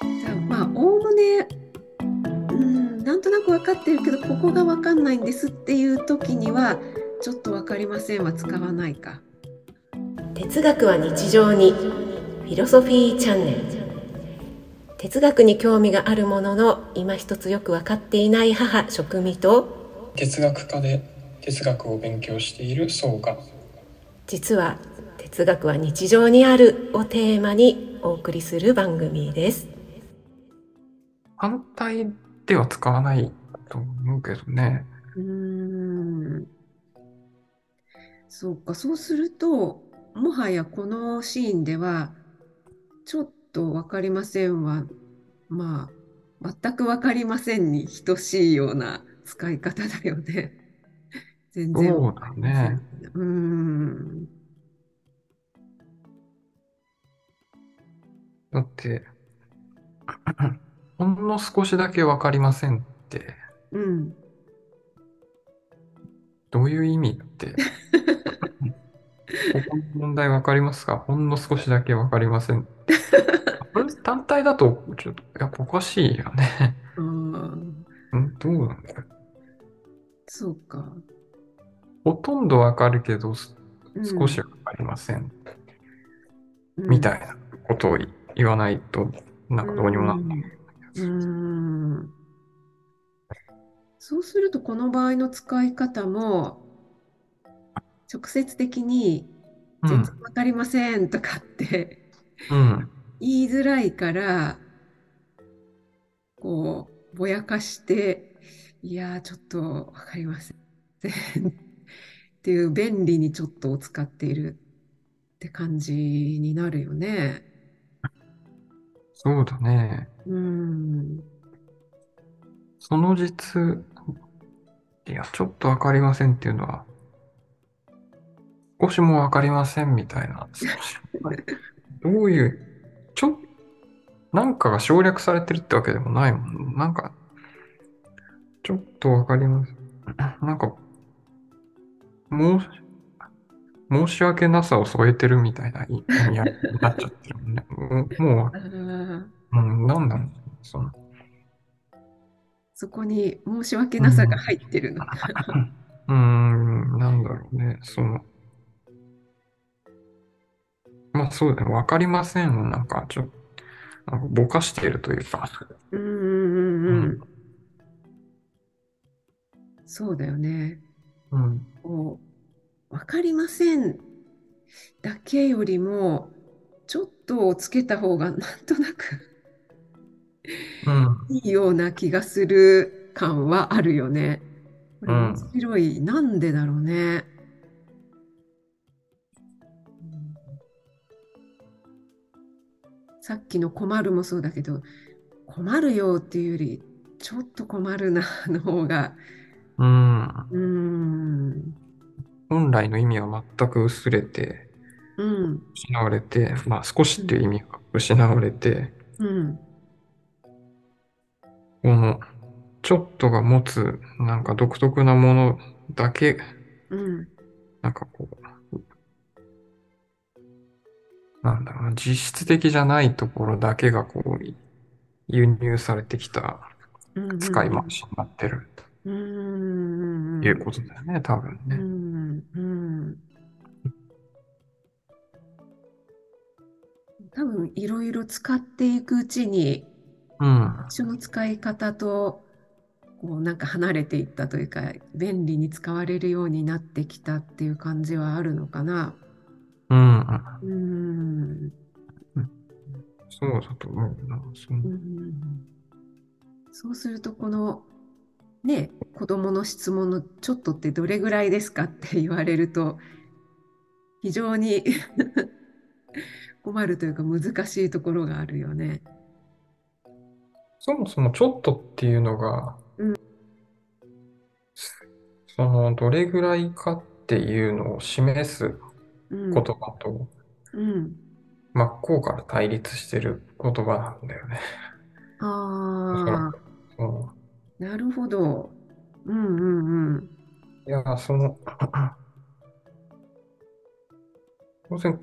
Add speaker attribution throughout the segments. Speaker 1: あおおむねうんなんとなく分かってるけどここが分かんないんですっていう時にはちょっと分かりませんは使わないか。
Speaker 2: 哲学は日常にフィロソフィーチャンネル哲学に興味があるものの今一つよく分かっていない母職味と
Speaker 3: 哲学科で哲学を勉強しているそうが
Speaker 2: 実は哲学は日常にあるをテーマにお送りする番組です
Speaker 4: 反対では使わないと思うけどね。
Speaker 1: うーんそうかそうするともはやこのシーンではちょっと分かりませんはまあ全く分かりませんに等しいような使い方だよね。全然
Speaker 4: そう
Speaker 1: 分か
Speaker 4: だ
Speaker 1: りません
Speaker 4: ね。
Speaker 1: うーん
Speaker 4: だって、 ほんの少しだけわかりませんって、
Speaker 1: うん
Speaker 4: どういう意味って。ここの問題わかりますかほんの少しだけわかりません。これ単体だと、ちょっと、やっぱおかしいよね。
Speaker 1: あー
Speaker 4: うんどうなんだろう。
Speaker 1: そうか。
Speaker 4: ほとんどわかるけど、す
Speaker 1: うん
Speaker 4: 少しわかりません。みたいなことを言わないと、なんかどうにもなんない。
Speaker 1: うーんそうするとこの場合の使い方も直接的に「
Speaker 4: う
Speaker 1: 全
Speaker 4: ん
Speaker 1: 然わかりません」とかって
Speaker 4: うん。
Speaker 1: 言いづらいからこうぼやかして「いやーちょっとわかりません」 っていう便利にちょっとを使っているって感じになるよね。
Speaker 4: そうだね。
Speaker 1: うーん
Speaker 4: その実、いや、ちょっとわかりませんっていうのは、少しもわかりませんみたいな、少しどういう、ちょ、なんかが省略されてるってわけでもないもん。なんか、ちょっとわかりません。なんか、申し、申し訳なさを添えてるみたいな意味合いになっちゃってるもんね。もうも
Speaker 1: あー
Speaker 4: う、うん、なんだろう。その、
Speaker 1: そこに申し訳なさが入ってるの。
Speaker 4: うーん、なんだろうね、その、まあそうだね、わかりませんをなんか、ちょっと、なんかぼかしているというか、
Speaker 1: うんうんうんう。
Speaker 4: うん
Speaker 1: そうだよね。
Speaker 4: うん、
Speaker 1: こう、わかりませんだけよりも、ちょっとをつけた方がなんとなく
Speaker 4: うん、
Speaker 1: いいような気がする感はあるよね。これ
Speaker 4: うん
Speaker 1: 面白い。なんでだろうね。うんさっきの困るもそうだけど、困るよっていうより、ちょっと困るなの方が、
Speaker 4: うん、
Speaker 1: うーん、
Speaker 4: 本来の意味は全く薄れて、
Speaker 1: うん、
Speaker 4: 失われて、まあ少しっていう意味が失われて、
Speaker 1: うん、
Speaker 4: この、ちょっとが持つ、なんか独特なものだけ、
Speaker 1: うん、
Speaker 4: なんかこう、なんだろうな、実質的じゃないところだけがこう、輸入されてきた
Speaker 1: うん、
Speaker 4: 使い回しになってる
Speaker 1: うーん。
Speaker 4: ということだよね、多分
Speaker 1: う
Speaker 4: ね。
Speaker 1: んうん多分いろいろ使っていくうちに
Speaker 4: うん。
Speaker 1: 一緒の使い方とこうなんか離れていったというか便利に使われるようになってきたっていう感じはあるのかな。
Speaker 4: うん。
Speaker 1: うーん
Speaker 4: そうだと思うな。そう
Speaker 1: うんんうんそうするとこのね子どもの質問の「ちょっとってどれぐらいですか?」って言われると非常に 困るというか難しいところがあるよね。
Speaker 4: そもそもちょっとっていうのが、その、どれぐらいかっていうのを示す
Speaker 1: うん
Speaker 4: 言葉と、
Speaker 1: うん、
Speaker 4: 真っ向から対立してる言葉なんだよね。
Speaker 1: ああ
Speaker 4: うん
Speaker 1: なるほど。うんうんうん。
Speaker 4: いやー、その、 当然、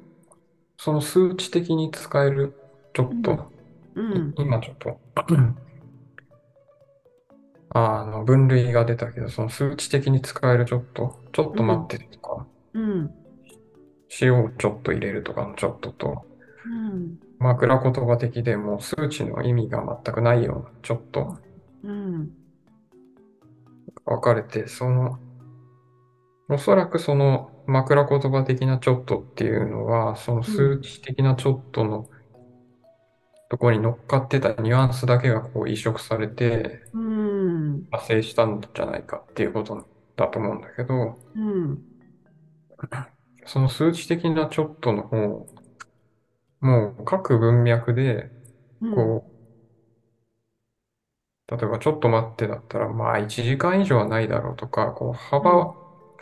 Speaker 4: その数値的に使えるちょっ
Speaker 1: う
Speaker 4: と
Speaker 1: うん。
Speaker 4: 今ちょっと、 あの、分類が出たけど、その数値的に使えるちょっと、ちょっと待ってとか、
Speaker 1: うん。
Speaker 4: 塩をちょっと入れるとかのちょっとと、
Speaker 1: うん。
Speaker 4: 枕言葉的でもう数値の意味が全くないような、ちょっと
Speaker 1: うん。
Speaker 4: 分かれて、その、おそらくその枕言葉的なちょっとっていうのは、その数値的なちょっとのところに乗っかってたニュアンスだけがこう移植されて、
Speaker 1: うん。
Speaker 4: 派生したんじゃないかっていうことだと思うんだけど、
Speaker 1: うん。
Speaker 4: その数値的なちょっとの方、もう各文脈で、
Speaker 1: うん。
Speaker 4: こう、例えばちょっと待ってだったら、まあ1時間以上はないだろうとか、こう幅は、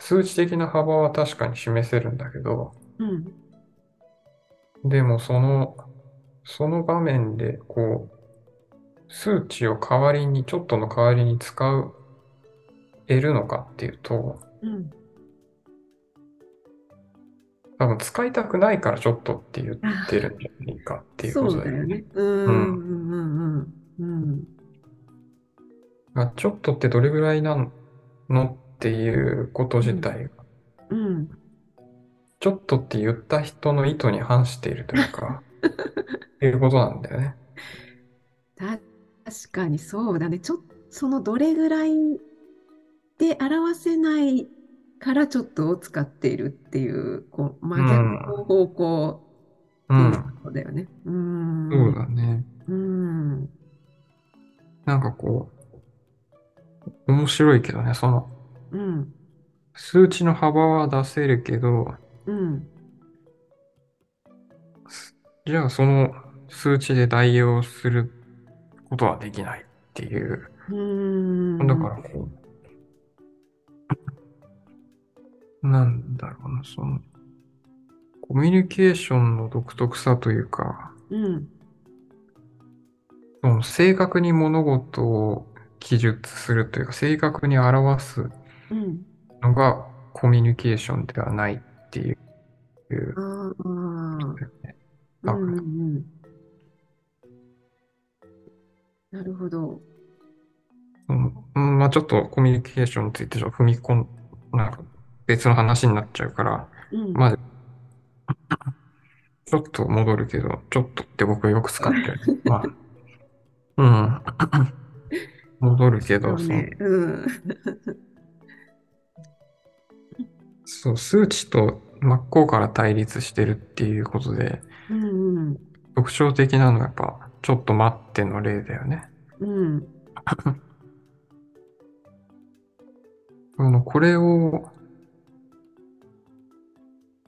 Speaker 4: 数値的な幅は確かに示せるんだけど、
Speaker 1: うん。
Speaker 4: でもその、その場面で、こう、数値を代わりに、ちょっとの代わりに使う、得るのかっていうと、
Speaker 1: うん。
Speaker 4: 多分使いたくないからちょっとって言ってるんじゃないかっていう
Speaker 1: そ
Speaker 4: こと
Speaker 1: う
Speaker 4: だ
Speaker 1: だ
Speaker 4: よ
Speaker 1: よ
Speaker 4: ね。
Speaker 1: ね。うん。うん。うん。
Speaker 4: まあちょっとってどれぐらいなのっていうこと自体が、
Speaker 1: うん。
Speaker 4: ちょっとって言った人の意図に反しているというか、っていうことなんだよね。
Speaker 1: た確かにそうだね。ちょっそのどれぐらいで表せないからちょっとを使っているっていう、こう真逆の方向っ
Speaker 4: う
Speaker 1: てい
Speaker 4: ん、
Speaker 1: うことだよね。うー。
Speaker 4: そうんだね。
Speaker 1: うん。
Speaker 4: なんかこう、面白いけどね、その、
Speaker 1: うん。
Speaker 4: 数値の幅は出せるけど、
Speaker 1: うん。
Speaker 4: じゃあその数値で代用することはできないっていう。
Speaker 1: うーん。
Speaker 4: だからこう、なんだろうな、その、コミュニケーションの独特さというか、
Speaker 1: うん。
Speaker 4: その正確に物事を記述するというか、正確に表す
Speaker 1: うん。
Speaker 4: のがコミュニケーションではないっていう。
Speaker 1: ああ。
Speaker 4: あ
Speaker 1: うんうんうん。なるほど。
Speaker 4: うんうんまあちょっとコミュニケーションについてちょっと踏み込ん、なんか別の話になっちゃうから、
Speaker 1: うん。
Speaker 4: まあ、ちょっと戻るけど、ちょっとって僕よく使ってる。まあ、うん。戻るけど、
Speaker 1: そう
Speaker 4: その
Speaker 1: ね。うん。
Speaker 4: そう、数値と真っ向から対立してるっていうことで、
Speaker 1: うん
Speaker 4: 特徴的なのがやっぱ、ちょっと待っての例だよね。
Speaker 1: うん。うん。
Speaker 4: この、これを、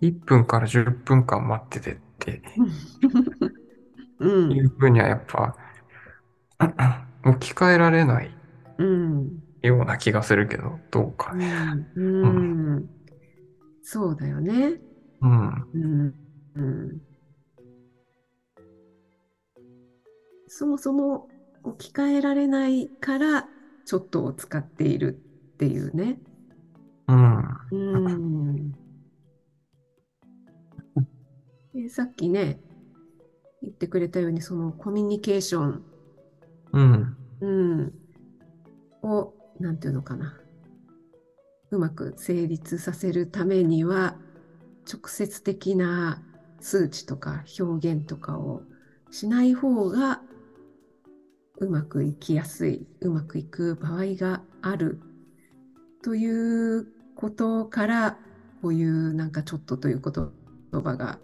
Speaker 4: 1分から10分間待っててって
Speaker 1: うん。
Speaker 4: いうふうにはやっぱ、 置き換えられない
Speaker 1: うん。
Speaker 4: ような気がするけど、どうかね。
Speaker 1: うんうんそうだよね。
Speaker 4: うん。
Speaker 1: うんうんそもそも置き換えられないからちょっとを使っているっていうね。
Speaker 4: うん。
Speaker 1: うん、でさっきね言ってくれたようにそのコミュニケーション
Speaker 4: うん。
Speaker 1: うん、を、なんていうのかな。うまく成立させるためには、直接的な数値とか表現とかをしない方が、うまくいきやすい、うまくいく場合がある。ということから、こういうなんかちょっとという言葉が、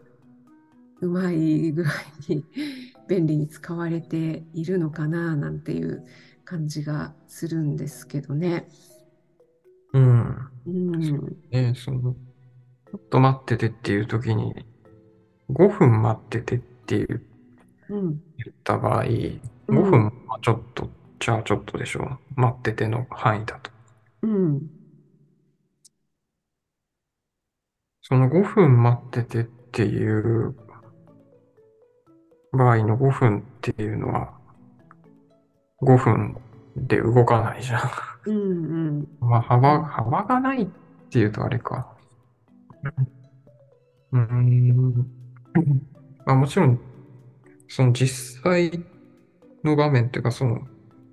Speaker 1: うまい具合に 便利に使われているのかななんていう感じがするんですけどね。
Speaker 4: うん。
Speaker 1: うん、
Speaker 4: ねその、ちょっと待っててっていう時に、5分待っててって言
Speaker 1: うん、
Speaker 4: った場合、5分はちょっと、じゃあちょっとでしょう。待ってての範囲だと。
Speaker 1: うん、
Speaker 4: その5分待っててっていう場合の5分っていうのは、5分で動かないじゃん。
Speaker 1: うん、うん、
Speaker 4: まあ、幅、幅がないっていうとあれか。うーん。まあ、もちろん、その実際の場面っていうか、その、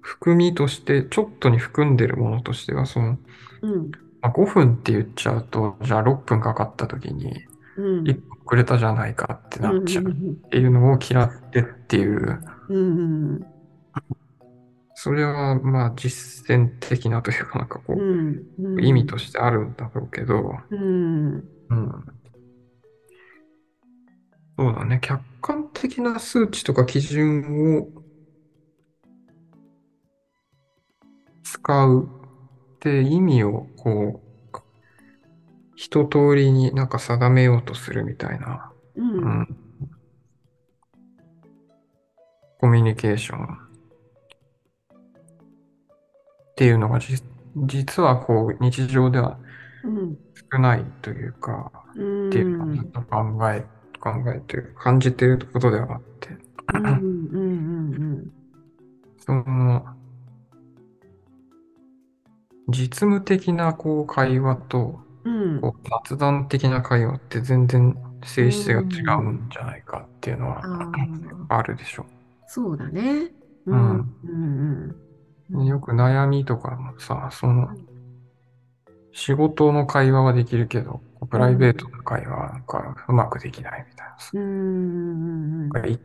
Speaker 4: 含みとして、ちょっとに含んでるものとしては、その、
Speaker 1: うん、
Speaker 4: まあ、5分って言っちゃうと、じゃあ6分かかった時に、
Speaker 1: うん、
Speaker 4: 1分くれたじゃないかってなっちゃうっていうのを嫌ってっていう、
Speaker 1: うん、
Speaker 4: それはまあ実践的なというか、なんかこ
Speaker 1: う
Speaker 4: う、
Speaker 1: ん、うん、
Speaker 4: 意味としてあるんだろうけど、
Speaker 1: うん、
Speaker 4: うん。そうだね。客観的な数値とか基準を使うって意味をこう、一通りになんか定めようとするみたいな、
Speaker 1: う、
Speaker 4: うんん。コミュニケーションっていうのがじ、実はこう日常では
Speaker 1: うん、
Speaker 4: 少ないというか、
Speaker 1: うん、
Speaker 4: っていうか、ずっと考え、考えてる、感じてることではあって、
Speaker 1: うん、うん、
Speaker 4: その、実務的なこう会話と、
Speaker 1: うん、
Speaker 4: こう雑談的な会話って全然性質が違うんじゃないかっていうのは
Speaker 1: あ
Speaker 4: あるでしょ。
Speaker 1: そうだね。うん、うん、
Speaker 4: よく悩みとかもさ、その、仕事の会話はできるけど、こうプライベートの会話はなんかうまくできないみたいなさ。
Speaker 1: うん、
Speaker 4: なんかい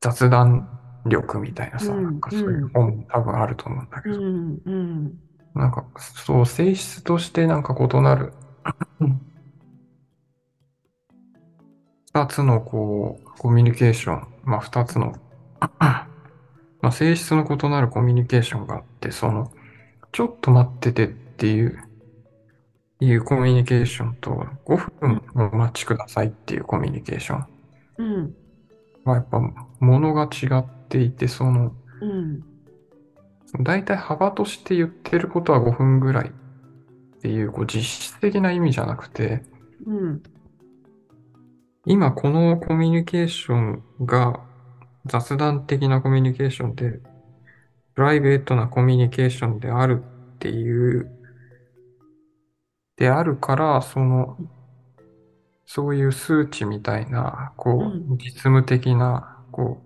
Speaker 4: 雑談力みたいなさ、
Speaker 1: うん
Speaker 4: なんかそういう本多分あると思うんだけ
Speaker 1: う
Speaker 4: ど、
Speaker 1: ん、うん、
Speaker 4: なんかそう、性質としてなんか異なる、二つのこう、コミュニケーション、まあ二つの、まあ性質の異なるコミュニケーションがあって、その、ちょっと待っててっていう、いうコミュニケーションと、5分お待ちくださいっていうコミュニケーション。
Speaker 1: うん、
Speaker 4: まあ、やっぱ物が違っていて、その、
Speaker 1: うん、
Speaker 4: 大体幅として言ってることは5分ぐらいっていう、こう実質的な意味じゃなくて、
Speaker 1: うん、
Speaker 4: 今このコミュニケーションが雑談的なコミュニケーションで、プライベートなコミュニケーションであるっていう、であるから、その、そういう数値みたいな、こ
Speaker 1: う
Speaker 4: う、実務的な、こ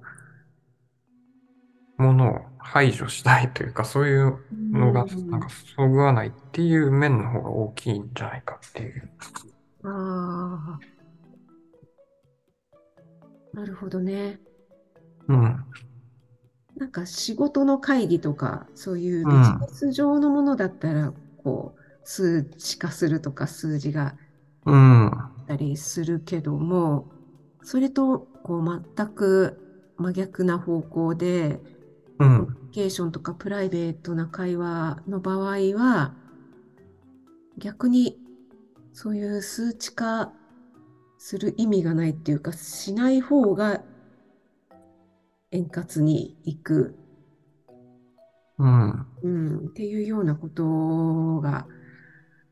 Speaker 4: う、ものを排除したいというか、そういうのが、なんか、そぐわないっていう面の方が大きいんじゃないかっていう。
Speaker 1: ああ。なるほどね。
Speaker 4: うん。
Speaker 1: なんか仕事の会議とか、そういうビ
Speaker 4: うん
Speaker 1: ジネス上のものだったら、こう、数値化するとか数字が
Speaker 4: うん。
Speaker 1: あったりするけども、それとこう全く真逆な方向で、
Speaker 4: うん。
Speaker 1: コミュニケーションとかプライベートな会話の場合は、逆にそういう数値化する意味がないっていうか、しない方が円滑にいく、
Speaker 4: うん。
Speaker 1: うん、っていうようなことが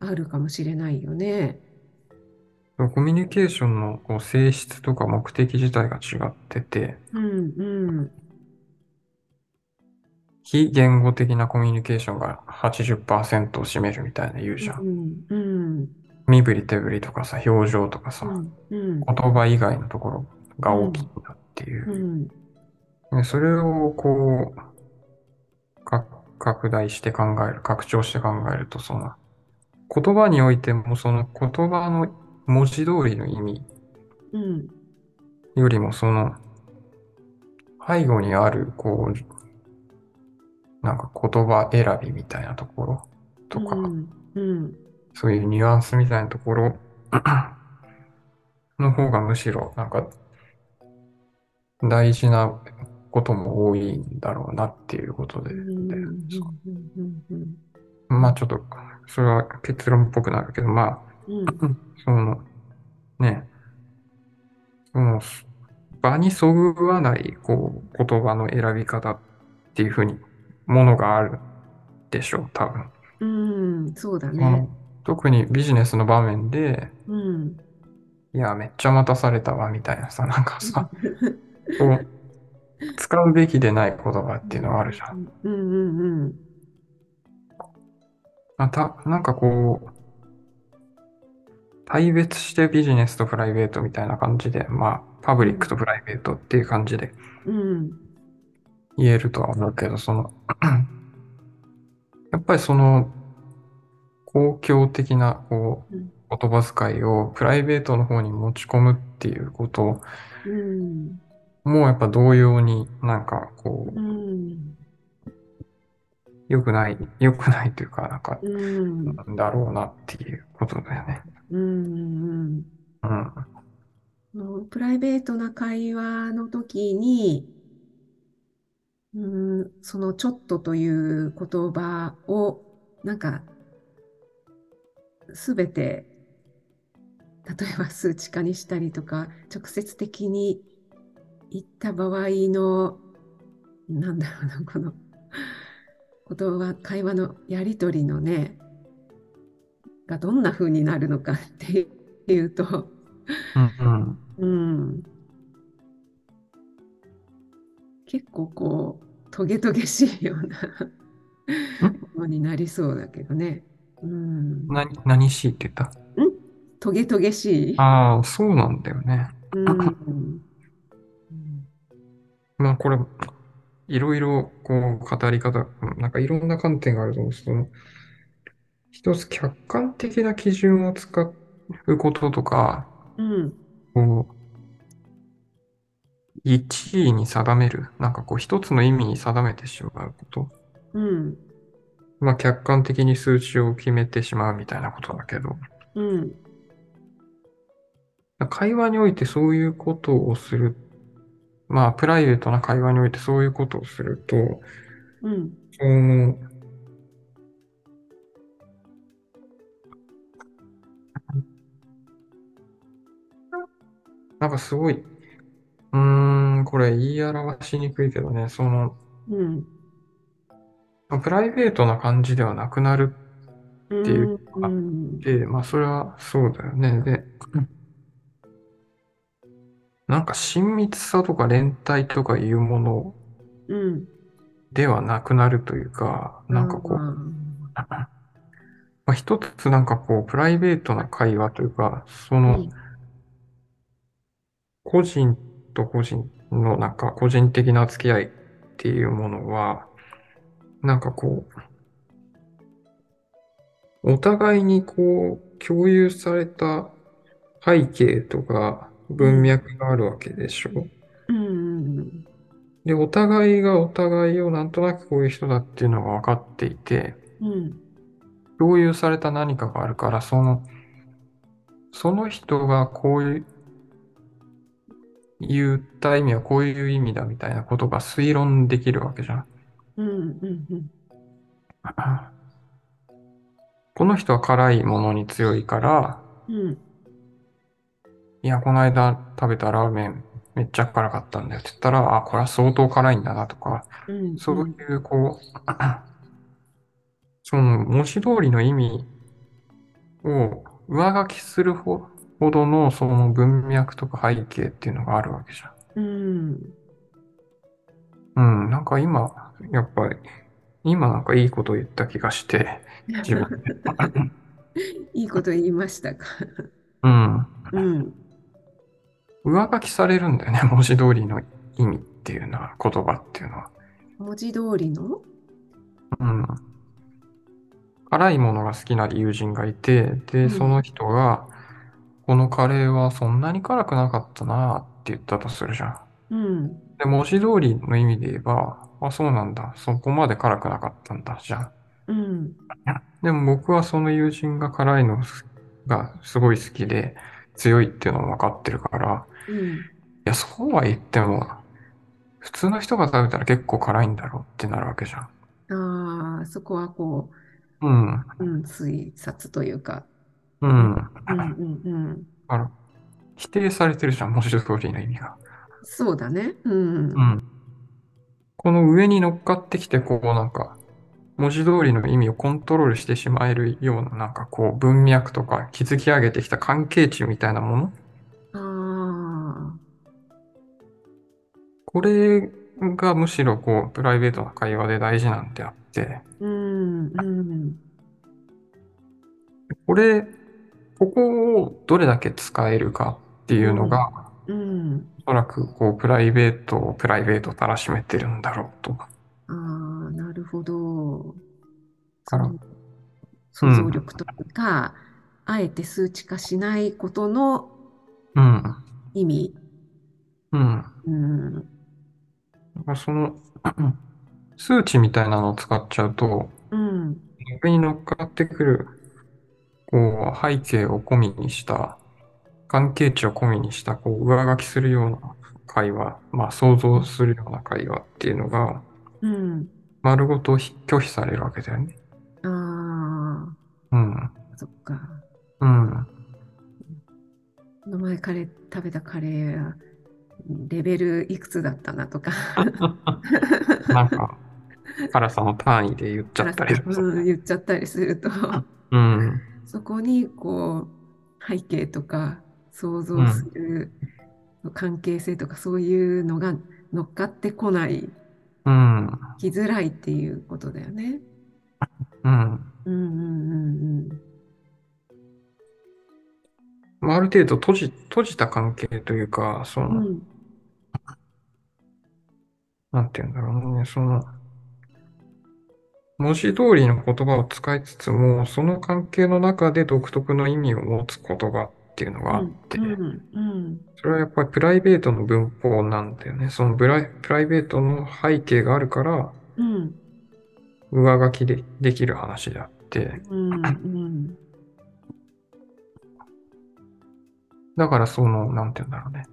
Speaker 1: あるかもしれないよね。
Speaker 4: コミュニケーションのこう性質とか目的自体が違ってて、
Speaker 1: うんうん
Speaker 4: 非言語的なコミュニケーションが80%を占めるみたいな言うじゃん。
Speaker 1: うんうん
Speaker 4: 身振り手振りとかさ、表情とかさ、
Speaker 1: うんうん
Speaker 4: 言葉以外のところが大きいんだっていう
Speaker 1: ん
Speaker 4: う。でそれをこう、か拡大して考える、拡張して考えると、その、言葉においてもその言葉の文字通りの意味
Speaker 1: うん
Speaker 4: よりもその背後にあるこうなんか言葉選びみたいなところとか、
Speaker 1: うんうん
Speaker 4: そういうニュアンスみたいなところ の方がむしろなんか大事なことも多いんだろうなっていうことで、
Speaker 1: うんうんうん
Speaker 4: まあちょっとそれは結論っぽくなるけどまあ
Speaker 1: うん
Speaker 4: その、ね、その、場にそぐわない、こう、言葉の選び方っていうふうに、ものがあるでしょう、多分。
Speaker 1: うんうんそうだ
Speaker 4: その
Speaker 1: ね。
Speaker 4: 特にビジネスの場面で、
Speaker 1: うん
Speaker 4: いや、めっちゃ待たされたわ、みたいなさ、なんかさ、こう、使うべきでない言葉っていうのがあるじゃん。
Speaker 1: うんうんうん
Speaker 4: また、なんかこう、対別してビジネスとプライベートみたいな感じで、まあ、パブリックとプライベートっていう感じで、
Speaker 1: うん
Speaker 4: 言えるとは思うけど、その、 やっぱりその、公共的な、こう、
Speaker 1: うん
Speaker 4: 言葉遣いをプライベートの方に持ち込むっていうこと
Speaker 1: うん。
Speaker 4: も、やっぱ同様になんか、こう、
Speaker 1: うん。
Speaker 4: 良くない、良くないというか、なんか、
Speaker 1: うん。
Speaker 4: なんだろうなっていうことだよね。
Speaker 1: うん。
Speaker 4: うん。
Speaker 1: うんプライベートな会話の時に、うん、そのちょっとという言葉を、なんか、すべて、例えば数値化にしたりとか、直接的に言った場合の、なんだろうな、この、言葉、会話のやりとりのね、がどんな風になるのかっていうと、
Speaker 4: うんうん。
Speaker 1: うん。結構こう、トゲトゲしいようなものになりそうだけどね。うん。
Speaker 4: 何、何しいって言った
Speaker 1: トゲトゲしい。
Speaker 4: ああ、そうなんだよね。
Speaker 1: うん。うん
Speaker 4: まあこれ、いろいろこう語り方、なんかいろんな観点があると思うんですけど、一つ客観的な基準を使うこととか、
Speaker 1: うん。
Speaker 4: こう、一位に定める、なんかこう一つの意味に定めてしまうこと。
Speaker 1: うん。
Speaker 4: まあ客観的に数値を決めてしまうみたいなことだけど、
Speaker 1: うん。
Speaker 4: 会話においてそういうことをする、まあプライベートな会話においてそういうことをすると、
Speaker 1: うん。
Speaker 4: その、なんかすごい、うーん、これ言い表しにくいけどね、その、
Speaker 1: うん。
Speaker 4: プライベートな感じではなくなるっていう
Speaker 1: うん。うん。
Speaker 4: で、まあ、それはそうだよね。で、なんか親密さとか連帯とかいうもの
Speaker 1: うん。
Speaker 4: ではなくなるというか、なんかこう、まあ、一つなんかこう、プライベートな会話というか、その
Speaker 1: うん、
Speaker 4: 個人と個人のなんか、個人的な付き合いっていうものは、なんかこう、お互いにこう、共有された背景とか文脈があるわけでしょ。
Speaker 1: うん。うん。
Speaker 4: で、お互いがお互いをなんとなくこういう人だっていうのが分かっていて、
Speaker 1: うん。
Speaker 4: 共有された何かがあるから、その、その人がこういう、言った意味はこういう意味だみたいなことが推論できるわけじゃん。
Speaker 1: うん。うん。
Speaker 4: この人は辛いものに強いから、
Speaker 1: うん。
Speaker 4: いや、この間食べたラーメンめっちゃ辛かったんだよって言ったら、あ、これは相当辛いんだなとか、
Speaker 1: うん。
Speaker 4: そういうこう、 その文字通りの意味を上書きするほほどのその文脈とか背景っていうのがあるわけじ
Speaker 1: うん。
Speaker 4: ゃん。うん、なんか今、やっぱり、今なんかいいこと言った気がして、自分で。
Speaker 1: いいこと言いましたか。
Speaker 4: うん。
Speaker 1: うん。
Speaker 4: 上書きされるんだよね、文字通りの意味っていうのは、言葉っていうのは。
Speaker 1: 文字通りの
Speaker 4: うん。辛いものが好きな友人がいて、
Speaker 1: う
Speaker 4: で、
Speaker 1: ん
Speaker 4: その人が、このカレーはそんなに辛くなかったなって言ったとするじゃん。
Speaker 1: うん。
Speaker 4: で、文字通りの意味で言えば、あ、そうなんだ。そこまで辛くなかったんだ、じゃん。
Speaker 1: うん。
Speaker 4: でも僕はその友人が辛いのがすごい好きで、強いっていうのも分かってるから、
Speaker 1: うん。
Speaker 4: いや、そうは言っても、普通の人が食べたら結構辛いんだろうってなるわけじゃん。
Speaker 1: ああ、そこはこ
Speaker 4: うん。
Speaker 1: う、うん、推察というか、
Speaker 4: うん。
Speaker 1: うんうんうん、
Speaker 4: あの、否定されてるじゃん、文字通りの意味が。
Speaker 1: そうだね。うん、
Speaker 4: ん。この上に乗っかってきて、こうなんか、文字通りの意味をコントロールしてしまえるような、なんかこう、文脈とか築き上げてきた関係値みたいなもの。
Speaker 1: ああ、
Speaker 4: これがむしろこう、プライベートな会話で大事なんであって、
Speaker 1: うんうん
Speaker 4: これ、ここをどれだけ使えるかっていうのが、
Speaker 1: うん。
Speaker 4: おそらく、こう、プライベートをプライベートたらしめてるんだろうと。
Speaker 1: ああ、なるほど。
Speaker 4: から
Speaker 1: その想像力というか、あえて数値化しないことの
Speaker 4: うん。
Speaker 1: 意味。
Speaker 4: うん。
Speaker 1: うん。
Speaker 4: だからその、 数値みたいなのを使っちゃうと、
Speaker 1: うん。
Speaker 4: 逆に乗っかってくる、こう、背景を込みにした、関係値を込みにした、こう、上書きするような会話、まあ、想像するような会話っていうのが、
Speaker 1: うん。
Speaker 4: 丸ごとひ拒否されるわけだよね。
Speaker 1: あ
Speaker 4: うん。
Speaker 1: あ、そっか。
Speaker 4: うん。
Speaker 1: この前カレー食べたカレーはレベルいくつだったなとか
Speaker 4: なんか、辛さの単位で言っちゃったりとか。
Speaker 1: うん言っちゃったりすると
Speaker 4: うん。
Speaker 1: そこにこう背景とか想像する関係性とかそういうのが乗っかってこない
Speaker 4: うん。
Speaker 1: 来づらいっていうことだよね。
Speaker 4: うん。
Speaker 1: うんうんうんうん。
Speaker 4: まあ、ある程度閉じ、閉じた関係というか、その、
Speaker 1: うん
Speaker 4: なんて言うんだろうね、その、文字通りの言葉を使いつつも、その関係の中で独特の意味を持つ言葉っていうのがあって、
Speaker 1: うんうん
Speaker 4: それはやっぱりプライベートの文法なんだよね。そのプライ、プライベートの背景があるから、
Speaker 1: うん
Speaker 4: 上書きで、できる話であって、
Speaker 1: うんうん
Speaker 4: だからその、なんて言うんだろうね、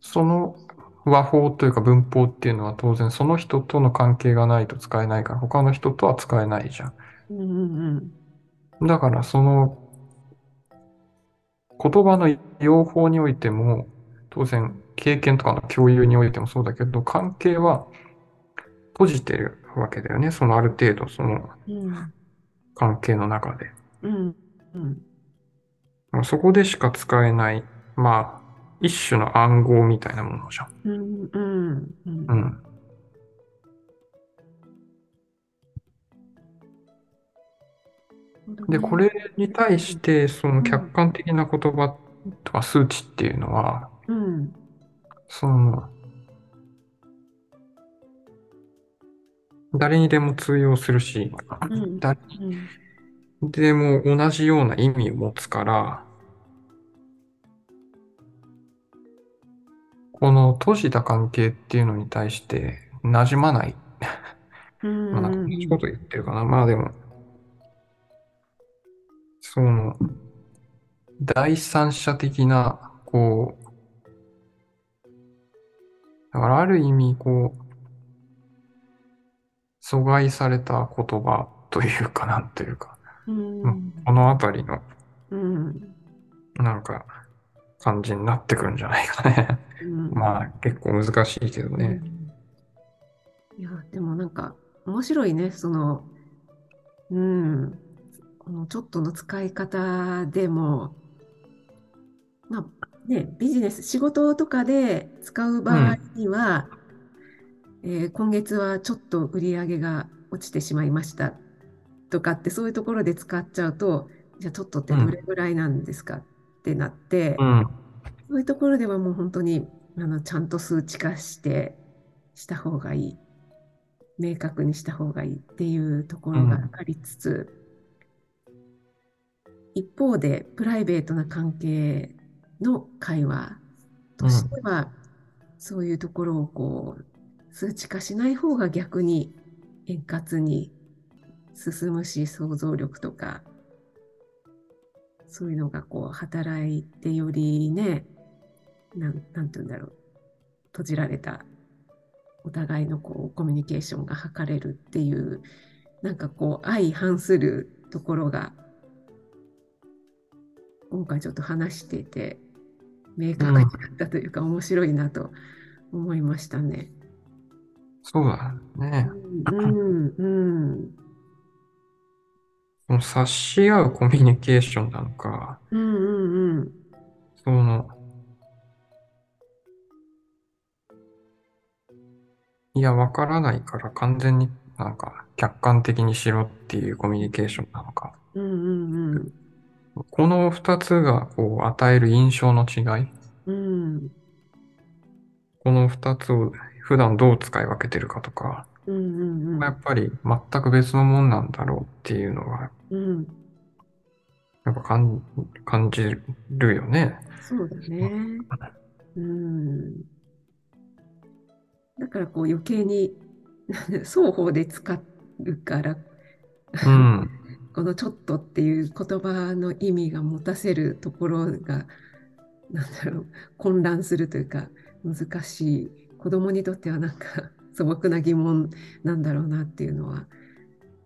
Speaker 4: その和法というか文法っていうのは当然その人との関係がないと使えないから、他の人とは使えないじゃん。
Speaker 1: うんうん
Speaker 4: だからその言葉の用法においても当然経験とかの共有においてもそうだけど関係は閉じてるわけだよねそのある程度その
Speaker 1: うん
Speaker 4: 関係の中で
Speaker 1: うんうん
Speaker 4: まあそこでしか使えないまあ一種の暗号みたいなものじゃん
Speaker 1: うんうんうん
Speaker 4: うんでこれに対してその客観的な言葉とか数値っていうのは
Speaker 1: うん
Speaker 4: その、誰にでも通用するし、
Speaker 1: うん
Speaker 4: 誰
Speaker 1: うん
Speaker 4: にでも同じような意味を持つから、この閉じた関係っていうのに対して馴染まない。
Speaker 1: うん
Speaker 4: まあ、
Speaker 1: う
Speaker 4: 同
Speaker 1: ん
Speaker 4: じこと言ってるかな。まあでも、その、第三者的な、こう、だからある意味、こう、阻害された言葉というかなんというか、
Speaker 1: うん
Speaker 4: このあたりの、
Speaker 1: うん
Speaker 4: なんか、感じになってくるんじゃないかね。
Speaker 1: うん
Speaker 4: まあ、結構難しいけどね。
Speaker 1: うんいや、でもなんか面白いね、その、うん、このちょっとの使い方でも、まあね、ビジネス、仕事とかで使う場合には、えー今月はちょっと売り上げが落ちてしまいましたとかって、そういうところで使っちゃうと、じゃあちょっとってどれぐらいなんですかってなって
Speaker 4: う、ん、
Speaker 1: そういうところではもう本当にあのちゃんと数値化してした方がいい明確にした方がいいっていうところがありつつ、一方でプライベートな関係の会話としては、そういうところをこう数値化しない方が逆に円滑に進むし想像力とかそういうのがこう働いてよりね、なん、なんて言うんだろう。閉じられたお互いのこうコミュニケーションが図れるっていう、なんかこう相反するところが、今回ちょっと話していて、明確になったというか、面白いなと思いましたね。
Speaker 4: そうだね。
Speaker 1: うん、うん、
Speaker 4: この察し合うコミュニケーションなのか、
Speaker 1: うん、うん、うん。
Speaker 4: その、いや、わからないから完全になんか客観的にしろっていうコミュニケーションなのか。
Speaker 1: うんうん
Speaker 4: この二つがこう与える印象の違い。
Speaker 1: うんうん
Speaker 4: この2つを普段どう使い分けてるかとか、
Speaker 1: うんうん
Speaker 4: やっぱり全く別のもんなんだろうっていうのが、
Speaker 1: うん。うん。
Speaker 4: やっぱ感感じるよね。
Speaker 1: そうだね。うん。だからこう余計に 双方で使うから、
Speaker 4: うん。
Speaker 1: このちょっとっていう言葉の意味が持たせるところが、なんだろう、混乱するというか、難しい。子供にとってはなんか素朴な疑問なんだろうなっていうのは、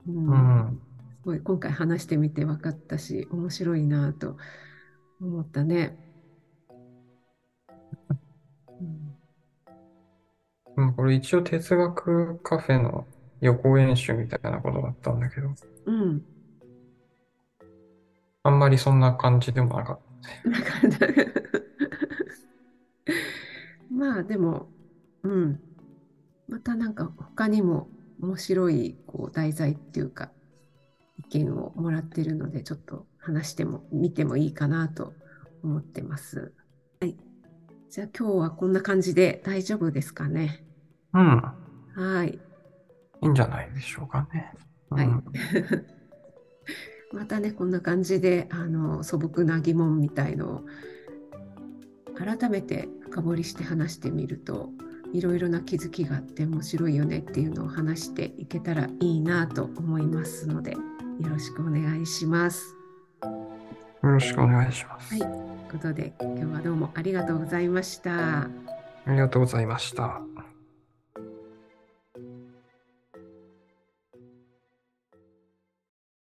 Speaker 1: う、
Speaker 4: うんん。
Speaker 1: すごい今回話してみて分かったし、面白いなと思ったね。うん
Speaker 4: まあこれ一応哲学カフェの予行演習みたいなことだったんだけど、
Speaker 1: うん。
Speaker 4: あんまりそんな感じでもなかった。
Speaker 1: だからだ まあでも、うん。またなんか他にも面白いこう題材っていうか意見をもらってるのでちょっと話しても見てもいいかなと思ってます。はい。じゃあ今日はこんな感じで大丈夫ですかね。
Speaker 4: うん。
Speaker 1: はい。
Speaker 4: いいんじゃないでしょうかね。
Speaker 1: はい
Speaker 4: うん。
Speaker 1: またねこんな感じであの素朴な疑問みたいのを改めて深掘りして話してみるといろいろな気づきがあって面白いよねっていうのを話していけたらいいなと思いますのでよろしくお願いします。
Speaker 4: よろしくお願いします。
Speaker 1: はいということで今日はどうもありがとうございました。
Speaker 4: ありがとうございました。